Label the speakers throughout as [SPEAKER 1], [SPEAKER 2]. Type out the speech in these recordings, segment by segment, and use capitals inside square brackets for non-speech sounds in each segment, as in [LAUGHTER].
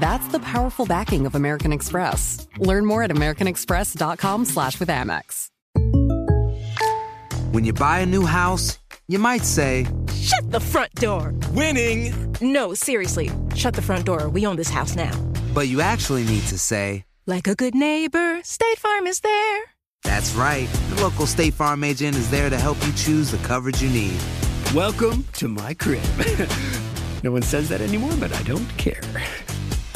[SPEAKER 1] That's the powerful backing of American Express. Learn more at americanexpress.com slash with Amex.
[SPEAKER 2] When you buy a new house, you might say,
[SPEAKER 3] Shut the front door.
[SPEAKER 2] Winning!
[SPEAKER 3] No, seriously, shut the front door. We own this house now.
[SPEAKER 2] But you actually need to say,
[SPEAKER 3] Like a good neighbor, State Farm is there.
[SPEAKER 2] That's right. The local State Farm agent is there to help you choose the coverage you need.
[SPEAKER 4] Welcome to my crib. [LAUGHS] no one says that anymore, but I don't care.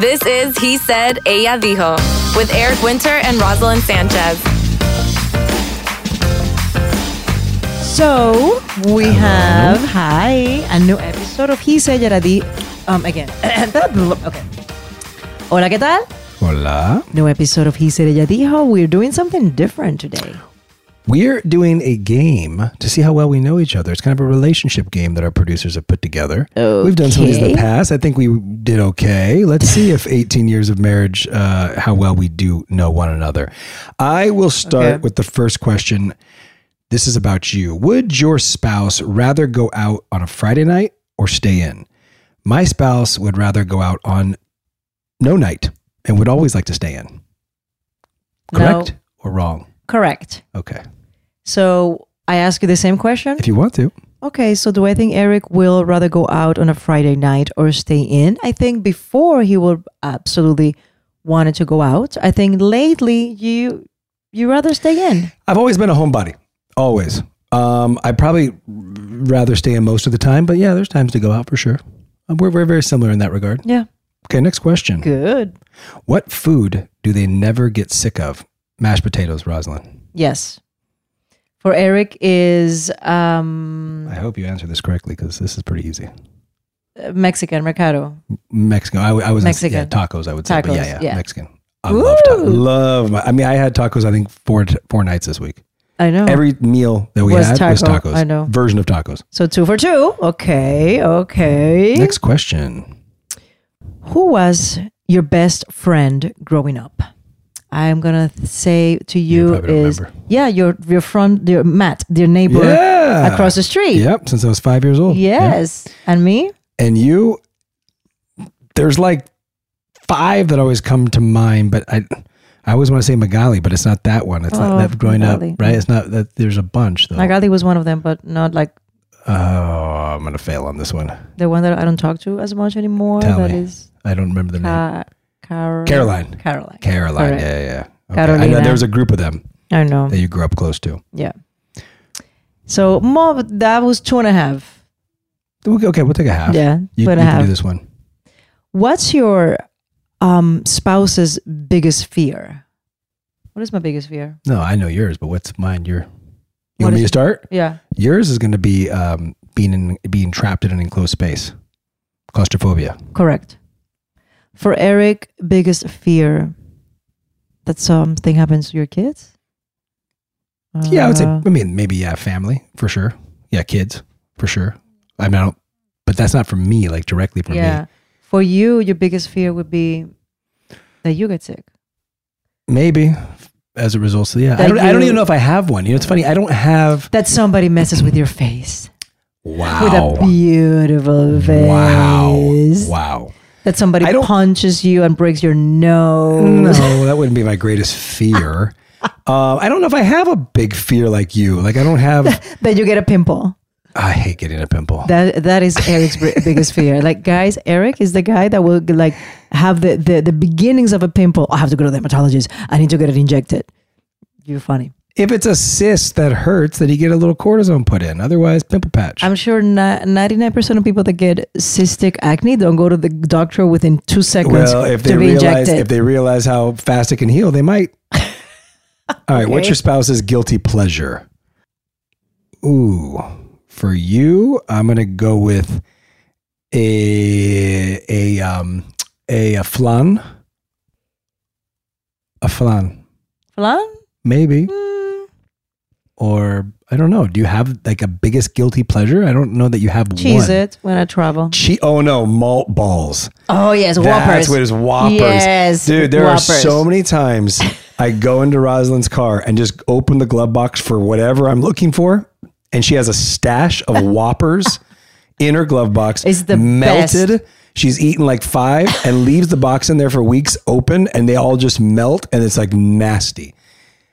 [SPEAKER 5] This is He Said, Ella Dijo with Eric Winter and Rosalind Sanchez.
[SPEAKER 6] So we have hi a new episode of He Said Yaradi. Um, again, okay. Hola, ¿qué tal?
[SPEAKER 7] Hola.
[SPEAKER 6] New episode of He Said Ella Dijo. We're doing something different today.
[SPEAKER 7] We're doing a game to see how well we know each other. It's kind of a relationship game that our producers have put together. We've done some of these in the
[SPEAKER 6] Okay.
[SPEAKER 7] past. I think we did okay. Let's
[SPEAKER 6] [LAUGHS]
[SPEAKER 7] see if 18 years of marriage, uh, how well we do know one another. I will start
[SPEAKER 6] Okay.
[SPEAKER 7] with the first question. This is about you. Would your spouse rather go out on a Friday night or stay in? My spouse would rather go out on no night and would always like to stay in.
[SPEAKER 6] No.
[SPEAKER 7] Correct or wrong?
[SPEAKER 6] Correct.
[SPEAKER 7] Okay.
[SPEAKER 6] So I ask you the same question.
[SPEAKER 7] If you want to.
[SPEAKER 6] Okay, so do I think Eric will rather go out on a Friday night or stay in? I think before he would absolutely wanted to go out. I think lately you you rather stay in.
[SPEAKER 7] I've always been a homebody, always. Um, I probably r- rather stay in most of the time, but yeah, there's times to go out for sure. Um, We're, we're very similar in that regard.
[SPEAKER 6] Yeah.
[SPEAKER 7] Okay, next question.
[SPEAKER 6] Good.
[SPEAKER 7] What food do they never get sick of? Mashed potatoes, Rosalind.
[SPEAKER 6] Yes. For Eric is um
[SPEAKER 7] I hope you answer this correctly because this is pretty easy.
[SPEAKER 6] uh, Mexican mercado.
[SPEAKER 7] Mexico. I, w- I was
[SPEAKER 6] Mexican.
[SPEAKER 7] yeah, tacos. I would say, but
[SPEAKER 6] Tacos,
[SPEAKER 7] yeah, yeah,
[SPEAKER 6] yeah.
[SPEAKER 7] Mexican. I love
[SPEAKER 6] Ooh.
[SPEAKER 7] tacos. Love. My, I mean, I had tacos. I think four t- four nights this week.
[SPEAKER 6] I know.
[SPEAKER 7] Every meal that we
[SPEAKER 6] Was
[SPEAKER 7] had was
[SPEAKER 6] taco,
[SPEAKER 7] tacos.
[SPEAKER 6] I know.
[SPEAKER 7] Version of tacos.
[SPEAKER 6] so two for two. Okay, okay.
[SPEAKER 7] Next question.
[SPEAKER 6] Who was your best friend growing up? I'm gonna th- say to you
[SPEAKER 7] probably don't
[SPEAKER 6] is
[SPEAKER 7] remember.
[SPEAKER 6] yeah, your your friend, your Matt, your neighbor
[SPEAKER 7] Yeah.
[SPEAKER 6] across the street.
[SPEAKER 7] Yep, since I was five years old. Yep.
[SPEAKER 6] Yes, and me.
[SPEAKER 7] And you, there's like five that always come to mind, but I, I always want to say Magali, but it's not that one. It's
[SPEAKER 6] Oh,
[SPEAKER 7] not that growing
[SPEAKER 6] Magali.
[SPEAKER 7] up, right? It's not that. There's a bunch though.
[SPEAKER 6] Magali was one of them, but not like
[SPEAKER 7] oh, I'm gonna fail on this one.
[SPEAKER 6] the one that I don't talk to as much anymore.
[SPEAKER 7] Tell
[SPEAKER 6] that
[SPEAKER 7] me.
[SPEAKER 6] is
[SPEAKER 7] I don't remember the name.
[SPEAKER 6] Ca- Car-
[SPEAKER 7] Caroline.
[SPEAKER 6] Caroline.
[SPEAKER 7] Caroline.
[SPEAKER 6] Correct.
[SPEAKER 7] Yeah, yeah. yeah. I know
[SPEAKER 6] Carolina.
[SPEAKER 7] there was a group of them
[SPEAKER 6] I know.
[SPEAKER 7] that you grew up close to.
[SPEAKER 6] Yeah. So more that was two and a half.
[SPEAKER 7] Okay, we'll take a half.
[SPEAKER 6] Yeah,
[SPEAKER 7] you,
[SPEAKER 6] two
[SPEAKER 7] you
[SPEAKER 6] and a
[SPEAKER 7] can
[SPEAKER 6] half.
[SPEAKER 7] do this one.
[SPEAKER 6] What's your um, spouse's biggest fear? What is my biggest fear?
[SPEAKER 7] No, I know yours, but what's mine? Your, you
[SPEAKER 6] What
[SPEAKER 7] want me
[SPEAKER 6] is-
[SPEAKER 7] to start?
[SPEAKER 6] Yeah.
[SPEAKER 7] Yours is going to be um, being in, being trapped in an enclosed space, claustrophobia.
[SPEAKER 6] Correct. For Eric, biggest fear that something happens to your kids?
[SPEAKER 7] yeah, I would say.
[SPEAKER 6] Uh,
[SPEAKER 7] I mean, maybe yeah, family for sure. Yeah, kids for sure. I mean, I don't, but that's not for me, like directly for
[SPEAKER 6] yeah.
[SPEAKER 7] me.
[SPEAKER 6] For you, your biggest fear would be that you get sick.
[SPEAKER 7] Maybe as a result. So yeah, I
[SPEAKER 6] That
[SPEAKER 7] don't, I don't
[SPEAKER 6] you-
[SPEAKER 7] even know if I have one. You know, it's funny. I don't have.
[SPEAKER 6] That somebody messes with your face.
[SPEAKER 7] Wow.
[SPEAKER 6] With a beautiful face.
[SPEAKER 7] Wow. Wow.
[SPEAKER 6] That somebody punches you and breaks your nose.
[SPEAKER 7] No, that wouldn't be my greatest fear. um, I don't know if I have a big fear like you. Like I don't have.
[SPEAKER 6] [LAUGHS] that you get a pimple.
[SPEAKER 7] I hate getting a pimple.
[SPEAKER 6] That that is Eric's
[SPEAKER 7] [LAUGHS]
[SPEAKER 6] bri- biggest fear. Like guys, Eric is the guy that will like have the, the the beginnings of a pimple. I have to go to the dermatologist. I need to get it injected. You're funny.
[SPEAKER 7] If it's a cyst that hurts, then you get a little cortisone put in. Otherwise, pimple patch.
[SPEAKER 6] I'm sure ninety nine percent of people that get cystic acne don't go to the doctor within two seconds
[SPEAKER 7] Well, if they
[SPEAKER 6] to be
[SPEAKER 7] realize
[SPEAKER 6] injected.
[SPEAKER 7] if they realize how fast it can heal, they [LAUGHS] might. All right, what's
[SPEAKER 6] Okay.
[SPEAKER 7] your spouse's guilty pleasure? Ooh, for you, I'm gonna go with a a um a, a flan, a flan,
[SPEAKER 6] Flan?
[SPEAKER 7] maybe, Hmm. or I don't know. Do you have like a biggest guilty pleasure? I don't know that you have
[SPEAKER 6] Cheese
[SPEAKER 7] one.
[SPEAKER 6] it when I travel.
[SPEAKER 7] Che- oh no, malt balls.
[SPEAKER 6] Oh yes,
[SPEAKER 7] That's
[SPEAKER 6] whoppers.
[SPEAKER 7] what it is. Whoppers.
[SPEAKER 6] Yes,
[SPEAKER 7] Dude, there are
[SPEAKER 6] Whoppers.
[SPEAKER 7] so many times I go into Rosalind's car and just open the glove box for whatever I'm looking for. And she has a stash of whoppers in her glove box. It's
[SPEAKER 6] the
[SPEAKER 7] melted. She's eaten like five and leaves the box in there for weeks open and they all just melt and it's like nasty.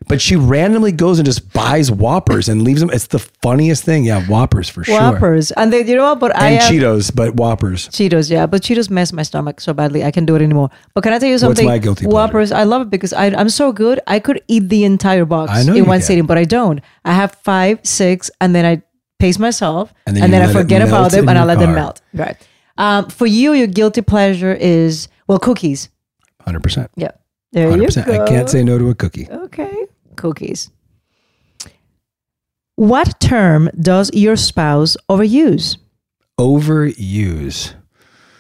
[SPEAKER 7] But she randomly goes and just buys whoppers and leaves them. It's the funniest thing. Yeah, whoppers for sure.
[SPEAKER 6] Whoppers. And they, you know what? But I
[SPEAKER 7] and
[SPEAKER 6] am-
[SPEAKER 7] Cheetos, but whoppers.
[SPEAKER 6] Cheetos, yeah, but Cheetos mess my stomach so badly. I can't do it anymore. But can I tell you
[SPEAKER 7] What's
[SPEAKER 6] something?
[SPEAKER 7] my guilty pleasure?
[SPEAKER 6] Whoppers, I love it because I, I'm so good. I could eat the entire box
[SPEAKER 7] I know
[SPEAKER 6] in
[SPEAKER 7] you
[SPEAKER 6] one
[SPEAKER 7] can.
[SPEAKER 6] sitting, but I don't. I have five, six, and then I pace myself,
[SPEAKER 7] And
[SPEAKER 6] and
[SPEAKER 7] then
[SPEAKER 6] then,
[SPEAKER 7] you
[SPEAKER 6] I
[SPEAKER 7] let it
[SPEAKER 6] forget
[SPEAKER 7] melt
[SPEAKER 6] about them,
[SPEAKER 7] in
[SPEAKER 6] and I
[SPEAKER 7] your
[SPEAKER 6] let them
[SPEAKER 7] car.
[SPEAKER 6] melt. Right. Um, for you, your guilty pleasure is well, cookies.
[SPEAKER 7] 100%.
[SPEAKER 6] Yeah, there you go.
[SPEAKER 7] I can't say no to a cookie.
[SPEAKER 6] Okay, cookies. What term does your spouse overuse?
[SPEAKER 7] Overuse.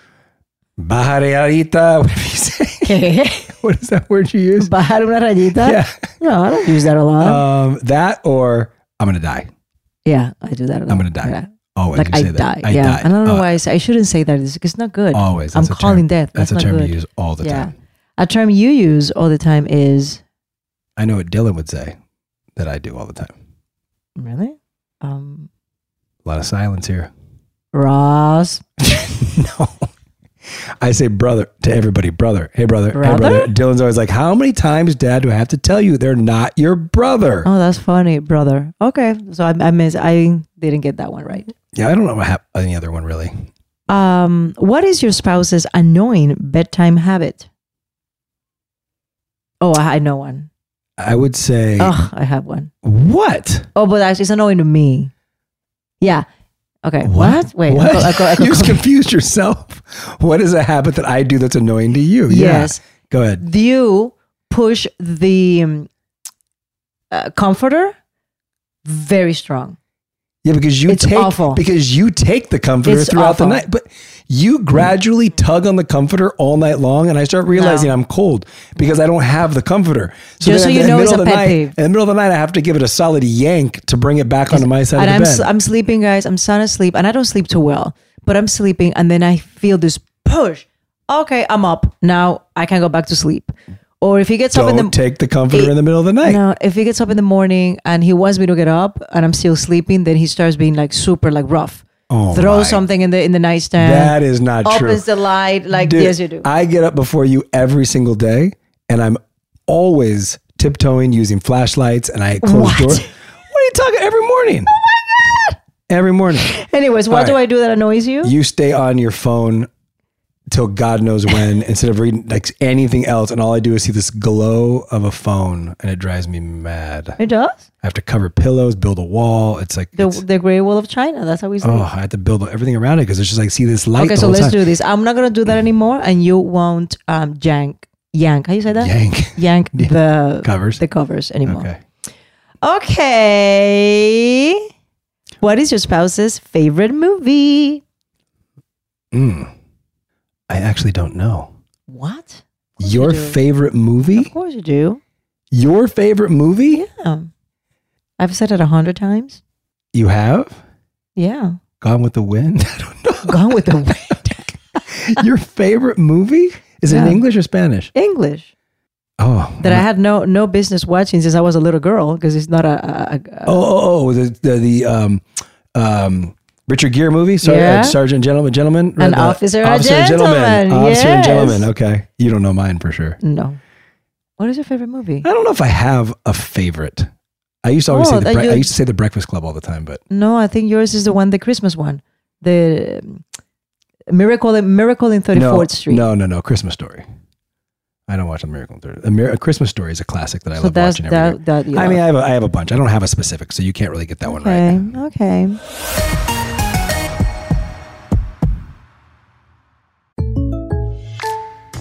[SPEAKER 7] [LAUGHS] Bajareadita. What you
[SPEAKER 6] say?
[SPEAKER 7] [LAUGHS] what is that word you use?
[SPEAKER 6] Bajar una rayita?
[SPEAKER 7] Yeah.
[SPEAKER 6] No, I don't use that a lot.
[SPEAKER 7] Um, that or I'm gonna die.
[SPEAKER 6] Yeah, I do that. A lot.
[SPEAKER 7] I'm gonna die.
[SPEAKER 6] Yeah.
[SPEAKER 7] Always
[SPEAKER 6] like
[SPEAKER 7] you
[SPEAKER 6] I
[SPEAKER 7] say that.
[SPEAKER 6] die.
[SPEAKER 7] I
[SPEAKER 6] yeah,
[SPEAKER 7] die. Uh,
[SPEAKER 6] and I don't know why I, say, I shouldn't say that. It's, it's not good.
[SPEAKER 7] Always.
[SPEAKER 6] I'm
[SPEAKER 7] That's a term-
[SPEAKER 6] calling death.
[SPEAKER 7] that's
[SPEAKER 6] That's,
[SPEAKER 7] a
[SPEAKER 6] not
[SPEAKER 7] term you
[SPEAKER 6] good.
[SPEAKER 7] use all the
[SPEAKER 6] yeah.
[SPEAKER 7] time.
[SPEAKER 6] A term you use all the time is
[SPEAKER 7] I know what Dylan would say that I do all the time.
[SPEAKER 6] really um,
[SPEAKER 7] A lot of silence here.
[SPEAKER 6] Ross.
[SPEAKER 7] I say brother to everybody, brother. Hey brother. Hey brother.
[SPEAKER 6] Brother?
[SPEAKER 7] Dylan's always like, How many times, Dad, do I have to tell you they're not your brother?
[SPEAKER 6] Oh, that's funny, brother. Okay, so I, I miss. I didn't get that one right.
[SPEAKER 7] Yeah, I don't know have any other one really.
[SPEAKER 6] Um, what is your spouse's annoying bedtime habit? Oh, I, I know one.
[SPEAKER 7] I would say
[SPEAKER 6] Oh, I have one.
[SPEAKER 7] What?
[SPEAKER 6] Oh, but that's, it's annoying to me. Yeah. Okay. What? Wait. I
[SPEAKER 7] What?
[SPEAKER 6] go, I go, I
[SPEAKER 7] [LAUGHS] you
[SPEAKER 6] go,
[SPEAKER 7] just confused yourself. What is a habit that I do that's annoying to you? Oh, Yeah.
[SPEAKER 6] Yes.
[SPEAKER 7] Go ahead.
[SPEAKER 6] you push the um, uh, comforter very strong.
[SPEAKER 7] Yeah, because you
[SPEAKER 6] It's
[SPEAKER 7] take
[SPEAKER 6] awful.
[SPEAKER 7] because you take the comforter
[SPEAKER 6] It's
[SPEAKER 7] throughout
[SPEAKER 6] awful.
[SPEAKER 7] the night, but you gradually tug on the comforter all night long, and I start realizing
[SPEAKER 6] No.
[SPEAKER 7] I'm cold because I don't have the comforter.
[SPEAKER 6] Just
[SPEAKER 7] then
[SPEAKER 6] so
[SPEAKER 7] in
[SPEAKER 6] you
[SPEAKER 7] the
[SPEAKER 6] know it's
[SPEAKER 7] middle of
[SPEAKER 6] a
[SPEAKER 7] the
[SPEAKER 6] pet
[SPEAKER 7] night,
[SPEAKER 6] peeve.
[SPEAKER 7] in the middle of the night, I have to give it a solid yank to bring it back onto my side
[SPEAKER 6] and
[SPEAKER 7] of
[SPEAKER 6] I'm,
[SPEAKER 7] the
[SPEAKER 6] s-
[SPEAKER 7] bed.
[SPEAKER 6] I'm sleeping, guys. I'm sound asleep, and I don't sleep too well, but I'm sleeping, and then I feel this push. Okay, I'm up. Now I can go back to sleep. Or if he gets up in
[SPEAKER 7] don't
[SPEAKER 6] the
[SPEAKER 7] take the comforter in the middle of the night.
[SPEAKER 6] No, if he gets up in the morning and he wants me to get up and I'm still sleeping, then he starts being like super like rough.
[SPEAKER 7] Oh,
[SPEAKER 6] Throw
[SPEAKER 7] my.
[SPEAKER 6] something in the in the nightstand.
[SPEAKER 7] That is not
[SPEAKER 6] opens
[SPEAKER 7] true.
[SPEAKER 6] the light like
[SPEAKER 7] Dude,
[SPEAKER 6] yes you do.
[SPEAKER 7] I get up before you every single day, and I'm always tiptoeing using flashlights, and I close
[SPEAKER 6] What?
[SPEAKER 7] door. What are you talking every morning? Oh my god! Every morning,
[SPEAKER 6] Anyways, what
[SPEAKER 7] All
[SPEAKER 6] do
[SPEAKER 7] right.
[SPEAKER 6] I do that annoys you?
[SPEAKER 7] you stay on your phone till God
[SPEAKER 6] [LAUGHS]
[SPEAKER 7] knows when instead of reading like anything else. And all I do is see this glow of a phone and it drives me mad.
[SPEAKER 6] It does?
[SPEAKER 7] I have to cover pillows, build a wall. It's like,
[SPEAKER 6] The, the Great Wall of China. That's how we say.
[SPEAKER 7] oh,
[SPEAKER 6] it.
[SPEAKER 7] I have to build everything around it because it's just like, Mm. see this light.
[SPEAKER 6] okay,
[SPEAKER 7] the
[SPEAKER 6] so
[SPEAKER 7] whole
[SPEAKER 6] let's
[SPEAKER 7] time.
[SPEAKER 6] do this. I'm not gonna do that anymore, and you won't um yank yank. How you say that?
[SPEAKER 7] Yank [LAUGHS]
[SPEAKER 6] yank the
[SPEAKER 7] covers
[SPEAKER 6] the covers anymore.
[SPEAKER 7] Okay.
[SPEAKER 6] Okay. What is your spouse's favorite movie?
[SPEAKER 7] Mm. I actually don't know.
[SPEAKER 6] What?
[SPEAKER 7] Your
[SPEAKER 6] do.
[SPEAKER 7] favorite movie? Of
[SPEAKER 6] course you do.
[SPEAKER 7] Your favorite movie?
[SPEAKER 6] Yeah. I've said it a hundred times.
[SPEAKER 7] You have?
[SPEAKER 6] Yeah.
[SPEAKER 7] Gone with the Wind? [LAUGHS]
[SPEAKER 6] Gone with the Wind.
[SPEAKER 7] Your favorite movie? Is it
[SPEAKER 6] Yeah.
[SPEAKER 7] in English or Spanish?
[SPEAKER 6] English.
[SPEAKER 7] Oh.
[SPEAKER 6] That I had no no business watching since I was a little girl because it's not a, a, a-
[SPEAKER 7] Oh, oh, oh, the the, the um, um, Richard Gere movie, Sar-
[SPEAKER 6] Yeah.
[SPEAKER 7] uh, Sergeant Gentleman, Gentleman,
[SPEAKER 6] An
[SPEAKER 7] Uh,
[SPEAKER 6] Officer and
[SPEAKER 7] and
[SPEAKER 6] Gentleman,
[SPEAKER 7] Officer
[SPEAKER 6] yes.
[SPEAKER 7] and Gentleman. Okay, you don't know mine for sure.
[SPEAKER 6] no. What is your favorite movie?
[SPEAKER 7] I don't know if I have a favorite. I used to always
[SPEAKER 6] Oh,
[SPEAKER 7] say the
[SPEAKER 6] that
[SPEAKER 7] bre-
[SPEAKER 6] you-
[SPEAKER 7] I used to say the Breakfast Club all the time, but
[SPEAKER 6] No, I think yours is the one, the Christmas one, the um, Miracle in Miracle in Thirty
[SPEAKER 7] no,
[SPEAKER 6] Fourth Street.
[SPEAKER 7] No, no, no, Christmas Story. I don't watch a Miracle on Thirty. A, Mir- a Christmas Story is a classic that I
[SPEAKER 6] So
[SPEAKER 7] love
[SPEAKER 6] that's-
[SPEAKER 7] watching every year.
[SPEAKER 6] that- that you
[SPEAKER 7] I
[SPEAKER 6] love.
[SPEAKER 7] mean, I have a, I have a bunch. I don't have a specific, so you can't really get that one right.
[SPEAKER 6] Okay. Okay.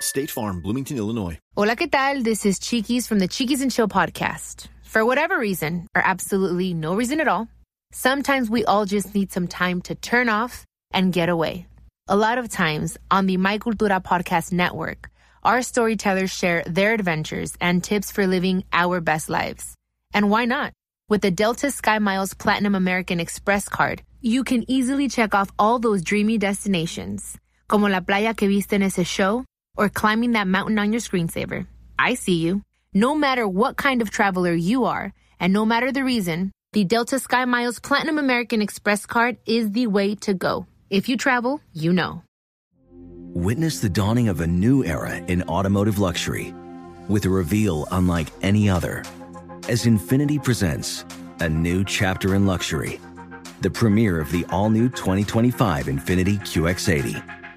[SPEAKER 8] State Farm, Bloomington, Illinois.
[SPEAKER 9] Hola, ¿qué tal? This is Cheekies from the Cheekies and Chill podcast. For whatever reason, or absolutely no reason at all, sometimes we all just need some time to turn off and get away. A lot of times on the My Cultura podcast network, our storytellers share their adventures and tips for living our best lives. And why not? With the Delta Sky Miles Platinum American Express card, you can easily check off all those dreamy destinations, como la playa que viste en ese show, or climbing that mountain on your screensaver. I see you. No matter what kind of traveler you are, and no matter the reason, the Delta Sky Miles Platinum American Express card is the way to go. If you travel, you know.
[SPEAKER 10] Witness the dawning of a new era in automotive luxury with a reveal unlike any other as Infinity presents a new chapter in luxury, the premiere of the all new 2025 Infinity QX80.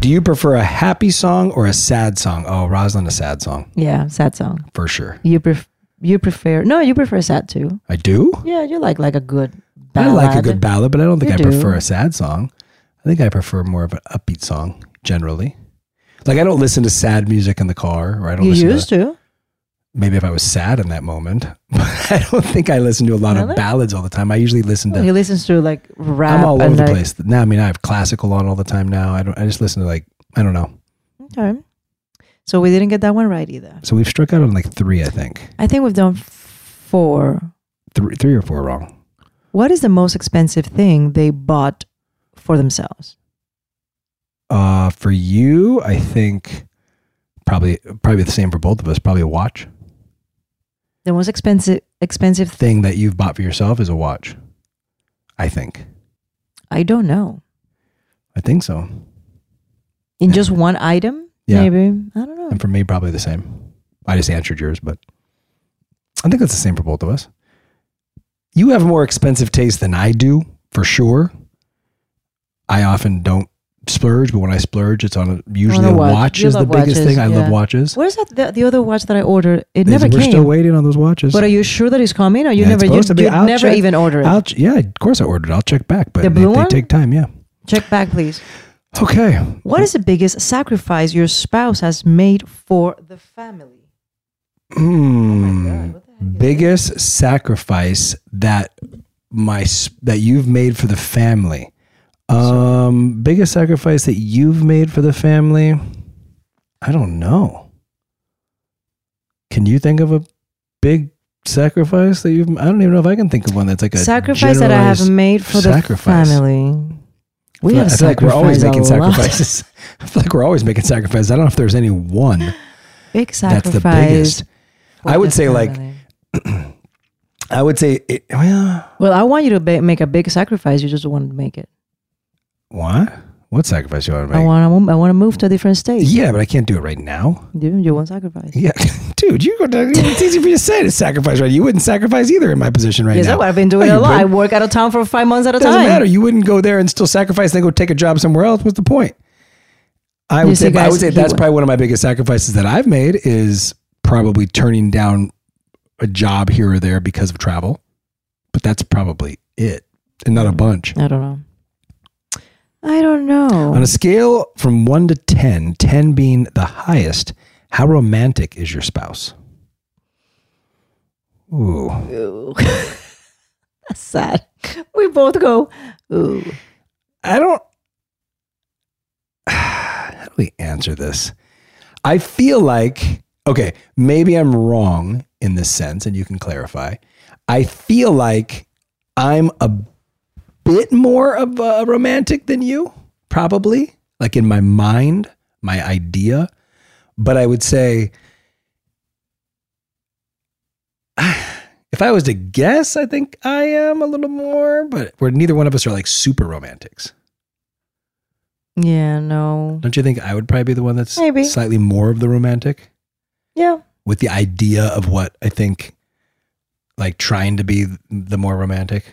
[SPEAKER 7] Do you prefer a happy song or a sad song? Oh, Rosalind, a sad song
[SPEAKER 6] Yeah, sad song.
[SPEAKER 7] for sure.
[SPEAKER 6] You pref- you prefer no, you prefer sad too.
[SPEAKER 7] I do.
[SPEAKER 6] Yeah, you like like a good
[SPEAKER 7] I
[SPEAKER 6] ballad.
[SPEAKER 7] like a good ballad, but I don't think
[SPEAKER 6] You
[SPEAKER 7] I
[SPEAKER 6] do.
[SPEAKER 7] prefer a sad song. I think I prefer more of an upbeat song generally. Like I don't listen to sad music in the car, or I don't.
[SPEAKER 6] You
[SPEAKER 7] listen
[SPEAKER 6] used to.
[SPEAKER 7] Maybe if I was sad in that moment, [LAUGHS] but I don't think I listen to a lot
[SPEAKER 6] Really?
[SPEAKER 7] of ballads all the time. I usually listen to.
[SPEAKER 6] He listens to like rap.
[SPEAKER 7] I'm all over
[SPEAKER 6] and
[SPEAKER 7] the
[SPEAKER 6] like-
[SPEAKER 7] place now. I mean, I have classical on all the time now. I don't. I just listen to like I don't know.
[SPEAKER 6] Okay. So we didn't get that one right either.
[SPEAKER 7] So we've struck out on like three, I think,
[SPEAKER 6] I think we've done f- four.
[SPEAKER 7] three, three or four wrong.
[SPEAKER 6] What is the most expensive thing they bought for themselves?
[SPEAKER 7] Uh, for you, I think probably probably the same for both of us. Probably a watch
[SPEAKER 6] The most expensive expensive thing.
[SPEAKER 7] thing that you've bought for yourself is a watch. I think.
[SPEAKER 6] I don't know.
[SPEAKER 7] I think so.
[SPEAKER 6] In just one item?
[SPEAKER 7] Yeah.
[SPEAKER 6] Maybe. I don't know.
[SPEAKER 7] And for me, probably the same. I just answered yours, but I think that's the same for both of us. You have more expensive taste than I do, for sure. I often don't splurge, but when I splurge, it's on a, usually
[SPEAKER 6] I
[SPEAKER 7] a
[SPEAKER 6] wanna
[SPEAKER 7] watch,
[SPEAKER 6] You
[SPEAKER 7] is the
[SPEAKER 6] love
[SPEAKER 7] biggest
[SPEAKER 6] watches,
[SPEAKER 7] thing. I love
[SPEAKER 6] yeah.
[SPEAKER 7] watches.
[SPEAKER 6] Where's that the, the other watch that I ordered? It
[SPEAKER 7] Is-
[SPEAKER 6] never
[SPEAKER 7] we're
[SPEAKER 6] came.
[SPEAKER 7] still waiting on those watches.
[SPEAKER 6] But are you sure that it's coming? Or you
[SPEAKER 7] Yeah, it's
[SPEAKER 6] never you,
[SPEAKER 7] supposed to be.
[SPEAKER 6] you
[SPEAKER 7] I'll
[SPEAKER 6] never
[SPEAKER 7] check-
[SPEAKER 6] even order it?
[SPEAKER 7] I'll ch- yeah, of course I ordered. I'll check back, but
[SPEAKER 6] The
[SPEAKER 7] they,
[SPEAKER 6] blue
[SPEAKER 7] they
[SPEAKER 6] one?
[SPEAKER 7] take time. Yeah.
[SPEAKER 6] check back, please.
[SPEAKER 7] Okay.
[SPEAKER 6] What is the biggest sacrifice your spouse has made for the family? Oh
[SPEAKER 7] Hmm. biggest sacrifice that my s- that you've made for the family. Um, biggest sacrifice that you've made for the family. I don't know. Can you think of a big sacrifice that you've? I don't even know if I can think of one that's like a
[SPEAKER 6] Sacrifice that I have
[SPEAKER 7] generalized
[SPEAKER 6] made for
[SPEAKER 7] sacrifice.
[SPEAKER 6] the family. We
[SPEAKER 7] I
[SPEAKER 6] have
[SPEAKER 7] feel like we're always
[SPEAKER 6] sacrificed a
[SPEAKER 7] making
[SPEAKER 6] lot.
[SPEAKER 7] sacrifices. [LAUGHS] I feel like we're always making sacrifices. I don't know if there's any one
[SPEAKER 6] [LAUGHS] Big
[SPEAKER 7] that's
[SPEAKER 6] sacrifice.
[SPEAKER 7] the biggest.
[SPEAKER 6] for
[SPEAKER 7] I would
[SPEAKER 6] the
[SPEAKER 7] say like
[SPEAKER 6] family.
[SPEAKER 7] I would say it, well
[SPEAKER 6] Well, I want you to ba- make a big sacrifice. You just want to make it.
[SPEAKER 7] what what sacrifice you want to
[SPEAKER 6] I
[SPEAKER 7] make?
[SPEAKER 6] want. to. I want to move to a different state.
[SPEAKER 7] Yeah, but I can't do it right now.
[SPEAKER 6] You, you want sacrifice.
[SPEAKER 7] Yeah, [LAUGHS] dude, you go. to- It's easy for you to say to sacrifice, right? You wouldn't sacrifice either in my position right
[SPEAKER 6] yes,
[SPEAKER 7] now.
[SPEAKER 6] I- I've been
[SPEAKER 7] [LAUGHS]
[SPEAKER 6] doing
[SPEAKER 7] No,
[SPEAKER 6] a
[SPEAKER 7] you
[SPEAKER 6] lot. I
[SPEAKER 7] wouldn't.
[SPEAKER 6] work out of town for five months at a
[SPEAKER 7] doesn't
[SPEAKER 6] time.
[SPEAKER 7] matter. You wouldn't go there and still sacrifice, then go take a job somewhere else. What's the point? I
[SPEAKER 6] You
[SPEAKER 7] would
[SPEAKER 6] see,
[SPEAKER 7] say, I would
[SPEAKER 6] guys,
[SPEAKER 7] say
[SPEAKER 6] he
[SPEAKER 7] that's
[SPEAKER 6] would-
[SPEAKER 7] probably one of my biggest sacrifices that I've made is probably turning down a job here or there because of travel, but that's probably it, and not a bunch.
[SPEAKER 6] I don't know. I don't know.
[SPEAKER 7] On a scale from one to 10, 10 being the highest, how romantic is your spouse? Ooh.
[SPEAKER 6] That's sad. [LAUGHS] We both go. Ooh.
[SPEAKER 7] I don't. How do we answer this? I feel like, okay, maybe I'm wrong in this sense, and you can clarify. I feel like I'm a bit more of a romantic than you, probably, like in my mind, my idea. But I would say, [SIGHS] if I was to guess, I think I am a little more, but we're neither one of us are like super romantics.
[SPEAKER 6] Yeah. No.
[SPEAKER 7] Don't you think I would probably be the one that's
[SPEAKER 6] Maybe.
[SPEAKER 7] slightly more of the romantic
[SPEAKER 6] Yeah.
[SPEAKER 7] with the idea of what I think, like trying to be the more romantic?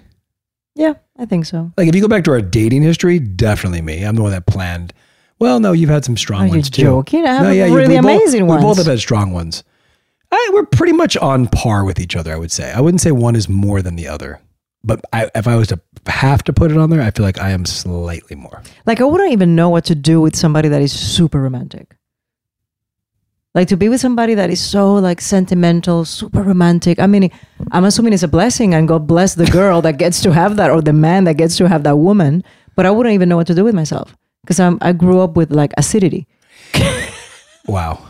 [SPEAKER 6] Yeah. I think so.
[SPEAKER 7] Like if you go back to our dating history, definitely me. I'm the one that planned. Well, no, you've had some strong
[SPEAKER 6] Are you
[SPEAKER 7] ones too.
[SPEAKER 6] Oh, joking? I have
[SPEAKER 7] you-
[SPEAKER 6] really
[SPEAKER 7] we both-
[SPEAKER 6] amazing
[SPEAKER 7] We both
[SPEAKER 6] ones.
[SPEAKER 7] have had strong ones. I, we're pretty much on par with each other. I would say. I wouldn't say one is more than the other, but I, if I was to have to put it on there, I feel like I am slightly more.
[SPEAKER 6] Like I wouldn't even know what to do with somebody that is super romantic. Like to be with somebody that is so like sentimental, super romantic. I mean, I'm assuming it's a blessing, and God bless the girl that gets to have that, or the man that gets to have that woman. But I wouldn't even know what to do with myself because I'm I [LAUGHS] grew up with like acidity.
[SPEAKER 7] Wow.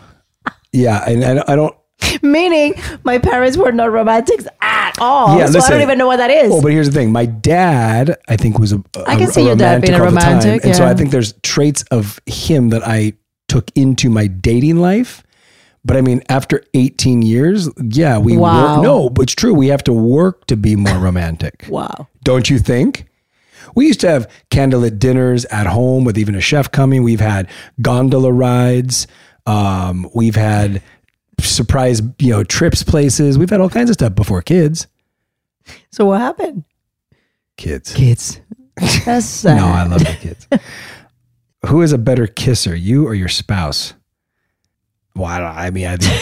[SPEAKER 7] Yeah, and I, I don't.
[SPEAKER 6] Meaning, my parents were not romantics at all.
[SPEAKER 7] Yeah,
[SPEAKER 6] so I
[SPEAKER 7] listen.
[SPEAKER 6] don't even know what that is.
[SPEAKER 7] Oh, but here's the thing. My dad, I think, was a, a
[SPEAKER 6] I can
[SPEAKER 7] a
[SPEAKER 6] see your dad being a
[SPEAKER 7] all the time.
[SPEAKER 6] romantic,
[SPEAKER 7] And so
[SPEAKER 6] yeah.
[SPEAKER 7] I think there's traits of him that I took into my dating life. But I mean, after 18 years, yeah, we
[SPEAKER 6] Wow.
[SPEAKER 7] work. No, but it's true. We have to work to be more romantic.
[SPEAKER 6] [LAUGHS] wow.
[SPEAKER 7] Don't you think? We used to have candlelit dinners at home with even a chef coming. We've had gondola rides. Um, we've had surprise, you know, trips places. We've had all kinds of stuff before kids.
[SPEAKER 6] So what happened?
[SPEAKER 7] Kids.
[SPEAKER 6] Kids. That's sad.
[SPEAKER 7] [LAUGHS] No, I love the
[SPEAKER 6] [LAUGHS]
[SPEAKER 7] kids. Who is a better kisser, you or your spouse? Well, I, don't, I mean, I think,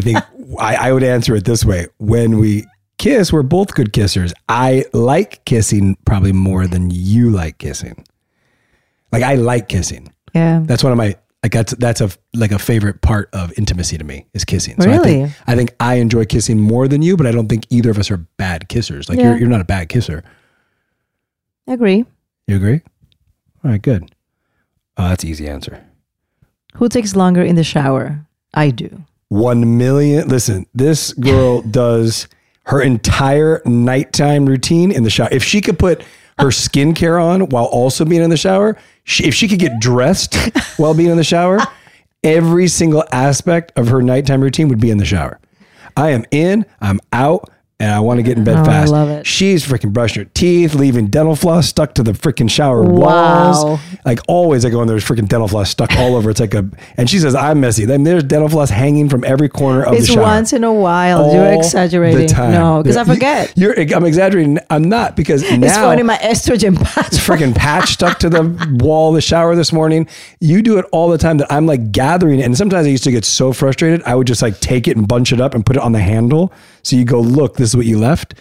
[SPEAKER 6] [LAUGHS]
[SPEAKER 7] think I, I would answer it this way: when we kiss, we're both good kissers. I like kissing probably more than you like kissing. Like I like kissing.
[SPEAKER 6] Yeah.
[SPEAKER 7] That's one of my like that's that's a like a favorite part of intimacy to me is kissing. I
[SPEAKER 6] Really?
[SPEAKER 7] think I think I enjoy kissing more than you, but I don't think either of us are bad kissers. Like
[SPEAKER 6] Yeah.
[SPEAKER 7] you're you're not a bad kisser.
[SPEAKER 6] Agree.
[SPEAKER 7] You agree? All right, good. Uh, that's the easy answer.
[SPEAKER 6] Who takes longer in the shower? I do.
[SPEAKER 7] One million. Listen, this [LAUGHS] girl does her entire nighttime routine in the shower. If she could put her [LAUGHS] skincare on while also being in the shower, she, if she could get dressed while being in the [LAUGHS] shower, every single aspect of her nighttime routine would be in the shower. I am in, I'm out, and I want to get in bed
[SPEAKER 6] Oh, I
[SPEAKER 7] fast.
[SPEAKER 6] love it.
[SPEAKER 7] She's freaking brushing her teeth, leaving dental floss stuck to the freaking shower
[SPEAKER 6] Wow.
[SPEAKER 7] walls. Like always, I go in there's freaking dental floss stuck all over. It's like a, and she says I'm messy. Then there's dental floss hanging from every corner of
[SPEAKER 6] it's
[SPEAKER 7] the shower.
[SPEAKER 6] once in a while.
[SPEAKER 7] All
[SPEAKER 6] You're exaggerating.
[SPEAKER 7] The time.
[SPEAKER 6] No, because I
[SPEAKER 7] You-
[SPEAKER 6] forget.
[SPEAKER 7] You're, I'm exaggerating. I'm not because now
[SPEAKER 6] it's funny, my estrogen [LAUGHS] patch.
[SPEAKER 7] it's freaking patch stuck to the [LAUGHS] wall of the shower this morning. You do it all the time that I'm like gathering it. And sometimes I used to get so frustrated, I would just like take it and bunch it up and put it on the handle. So you go, look, this is what you left.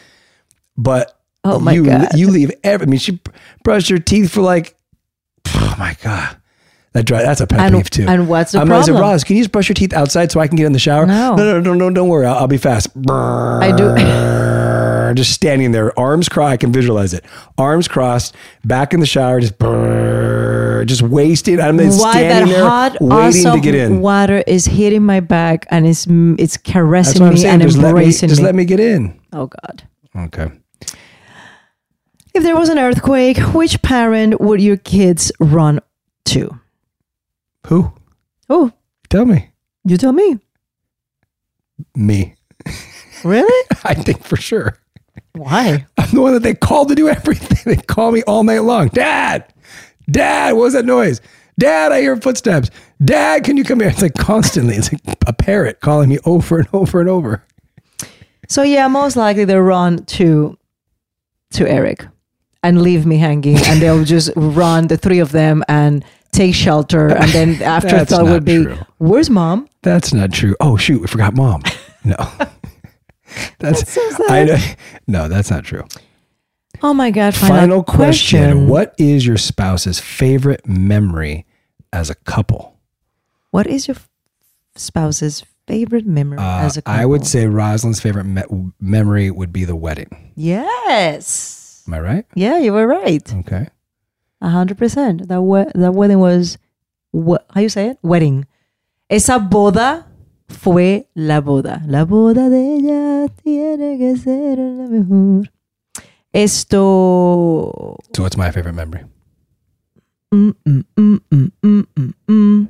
[SPEAKER 7] But
[SPEAKER 6] Oh my
[SPEAKER 7] you,
[SPEAKER 6] God.
[SPEAKER 7] you leave every, I mean, she br- brushed her teeth for like, oh my God. That dry, that's a pet
[SPEAKER 6] And-
[SPEAKER 7] peeve too.
[SPEAKER 6] and what's the
[SPEAKER 7] I'm always like,
[SPEAKER 6] problem?
[SPEAKER 7] Roz, can you just brush your teeth outside so I can get in the shower?
[SPEAKER 6] No.
[SPEAKER 7] no, no, no, no don't worry. I'll, I'll be fast. I [LAUGHS] do. just standing there, arms crossed. I can visualize it. Arms crossed, er, back in the shower, just brrr, just wasting. I'm mean,
[SPEAKER 6] Why that
[SPEAKER 7] standing there
[SPEAKER 6] hot,
[SPEAKER 7] waiting
[SPEAKER 6] awesome
[SPEAKER 7] to get in.
[SPEAKER 6] water is hitting my back and it's it's
[SPEAKER 7] That's
[SPEAKER 6] caressing
[SPEAKER 7] what I'm
[SPEAKER 6] me
[SPEAKER 7] saying.
[SPEAKER 6] and
[SPEAKER 7] Just let me,
[SPEAKER 6] embracing
[SPEAKER 7] just let me get in.
[SPEAKER 6] [LAUGHS] Oh God.
[SPEAKER 7] Okay.
[SPEAKER 6] If there was an earthquake, which parent would your kids run to?
[SPEAKER 7] Who?
[SPEAKER 6] Oh,
[SPEAKER 7] Tell me.
[SPEAKER 6] you tell me.
[SPEAKER 7] Me.
[SPEAKER 6] Really?
[SPEAKER 7] [LAUGHS] I think for sure.
[SPEAKER 6] Why?
[SPEAKER 7] [LAUGHS] I'm the one that they call to do everything. [LAUGHS] They call me all night long. Dad, Dad, what was that noise? Dad, I hear footsteps. Dad, can you come here? It's like constantly. It's like a parrot calling me over and over and over.
[SPEAKER 6] So yeah, most likely they run to to Eric and leave me hanging, and
[SPEAKER 7] [LAUGHS]
[SPEAKER 6] they'll just run the three of them and take shelter, and then
[SPEAKER 7] [LAUGHS] That's
[SPEAKER 6] afterthought
[SPEAKER 7] not
[SPEAKER 6] would be,
[SPEAKER 7] true.
[SPEAKER 6] "Where's mom?"
[SPEAKER 7] That's not true. Oh shoot, we forgot mom. No. That's, I know. No, that's not true.
[SPEAKER 6] Oh my God!
[SPEAKER 7] Final, question. What is your spouse's favorite memory as a couple?
[SPEAKER 6] What is your spouse's favorite memory
[SPEAKER 7] Uh,
[SPEAKER 6] as a couple?
[SPEAKER 7] I would say Rosalind's favorite me- memory would be the wedding.
[SPEAKER 6] yes.
[SPEAKER 7] Am I right?
[SPEAKER 6] Yeah, you were right.
[SPEAKER 7] Okay.
[SPEAKER 6] A hundred percent. That we- that wedding was what? How you say it? Wedding. Esa boda fue la boda. La boda de ella tiene que ser la mejor. Esto.
[SPEAKER 7] So what's my favorite memory?
[SPEAKER 6] Mm, mm, mm, mm, mm, mm, mm.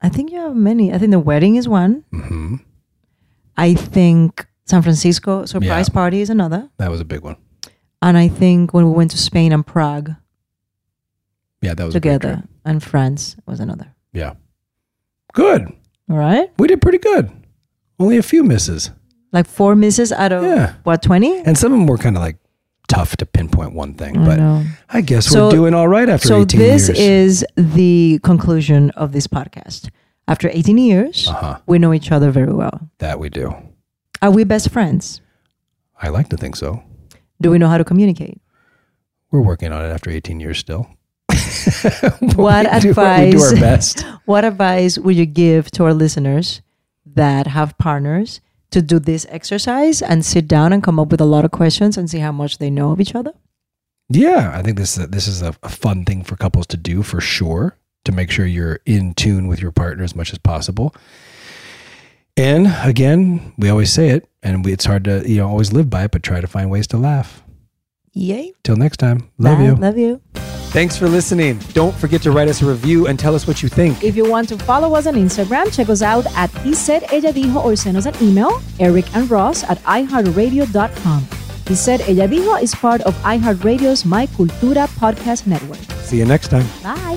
[SPEAKER 6] I think you have many. I think the wedding is one.
[SPEAKER 7] Mm-hmm.
[SPEAKER 6] I think San Francisco surprise
[SPEAKER 7] Yeah.
[SPEAKER 6] party is another.
[SPEAKER 7] That was a big one.
[SPEAKER 6] And I think when we went to Spain and Prague
[SPEAKER 7] Yeah, that was a great
[SPEAKER 6] together
[SPEAKER 7] trip.
[SPEAKER 6] and France was another.
[SPEAKER 7] Yeah. Good.
[SPEAKER 6] All right.
[SPEAKER 7] We did pretty good. Only a few misses.
[SPEAKER 6] Like four misses out of
[SPEAKER 7] Yeah.
[SPEAKER 6] what, 20?
[SPEAKER 7] And some of them were kind of like tough to pinpoint one thing,
[SPEAKER 6] I
[SPEAKER 7] but
[SPEAKER 6] know.
[SPEAKER 7] I guess
[SPEAKER 6] So-
[SPEAKER 7] we're doing all right after
[SPEAKER 6] so
[SPEAKER 7] 18
[SPEAKER 6] this
[SPEAKER 7] years.
[SPEAKER 6] is the conclusion of this podcast. After 18 years,
[SPEAKER 7] Uh-huh.
[SPEAKER 6] we know each other very well.
[SPEAKER 7] that we do.
[SPEAKER 6] Are we best friends?
[SPEAKER 7] I like to think so.
[SPEAKER 6] Do we know how to communicate?
[SPEAKER 7] We're working on it after 18 years still. [LAUGHS]
[SPEAKER 6] what
[SPEAKER 7] do-
[SPEAKER 6] advice? [LAUGHS]
[SPEAKER 7] we do our best.
[SPEAKER 6] what advice would you give to our listeners that have partners to do this exercise and sit down and come up with a lot of questions and see how much they know of each other?
[SPEAKER 7] Yeah, I think this this is a, a fun thing for couples to do for sure. to make sure you're in tune with your partner as much as possible. And again, we always say it, and we, it's hard to you know always live by it, but try to find ways to laugh.
[SPEAKER 6] Yay.
[SPEAKER 7] Till next time, love
[SPEAKER 6] Bye.
[SPEAKER 7] you.
[SPEAKER 6] Love you.
[SPEAKER 7] Thanks for listening. Don't forget to write us a review and tell us what you think.
[SPEAKER 6] If you want to follow us on Instagram, check us out at He Said Ella Dijo or send us an email, Eric and Ross at iHeartRadio.com. He Said Ella Dijo is part of iHeartRadio's My Cultura podcast network.
[SPEAKER 7] See you next time.
[SPEAKER 6] Bye.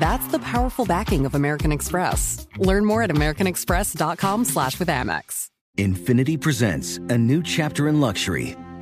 [SPEAKER 1] That's the powerful backing of American Express. Learn more at americanexpress.com slash with Amex.
[SPEAKER 10] Infinity presents a new chapter in luxury,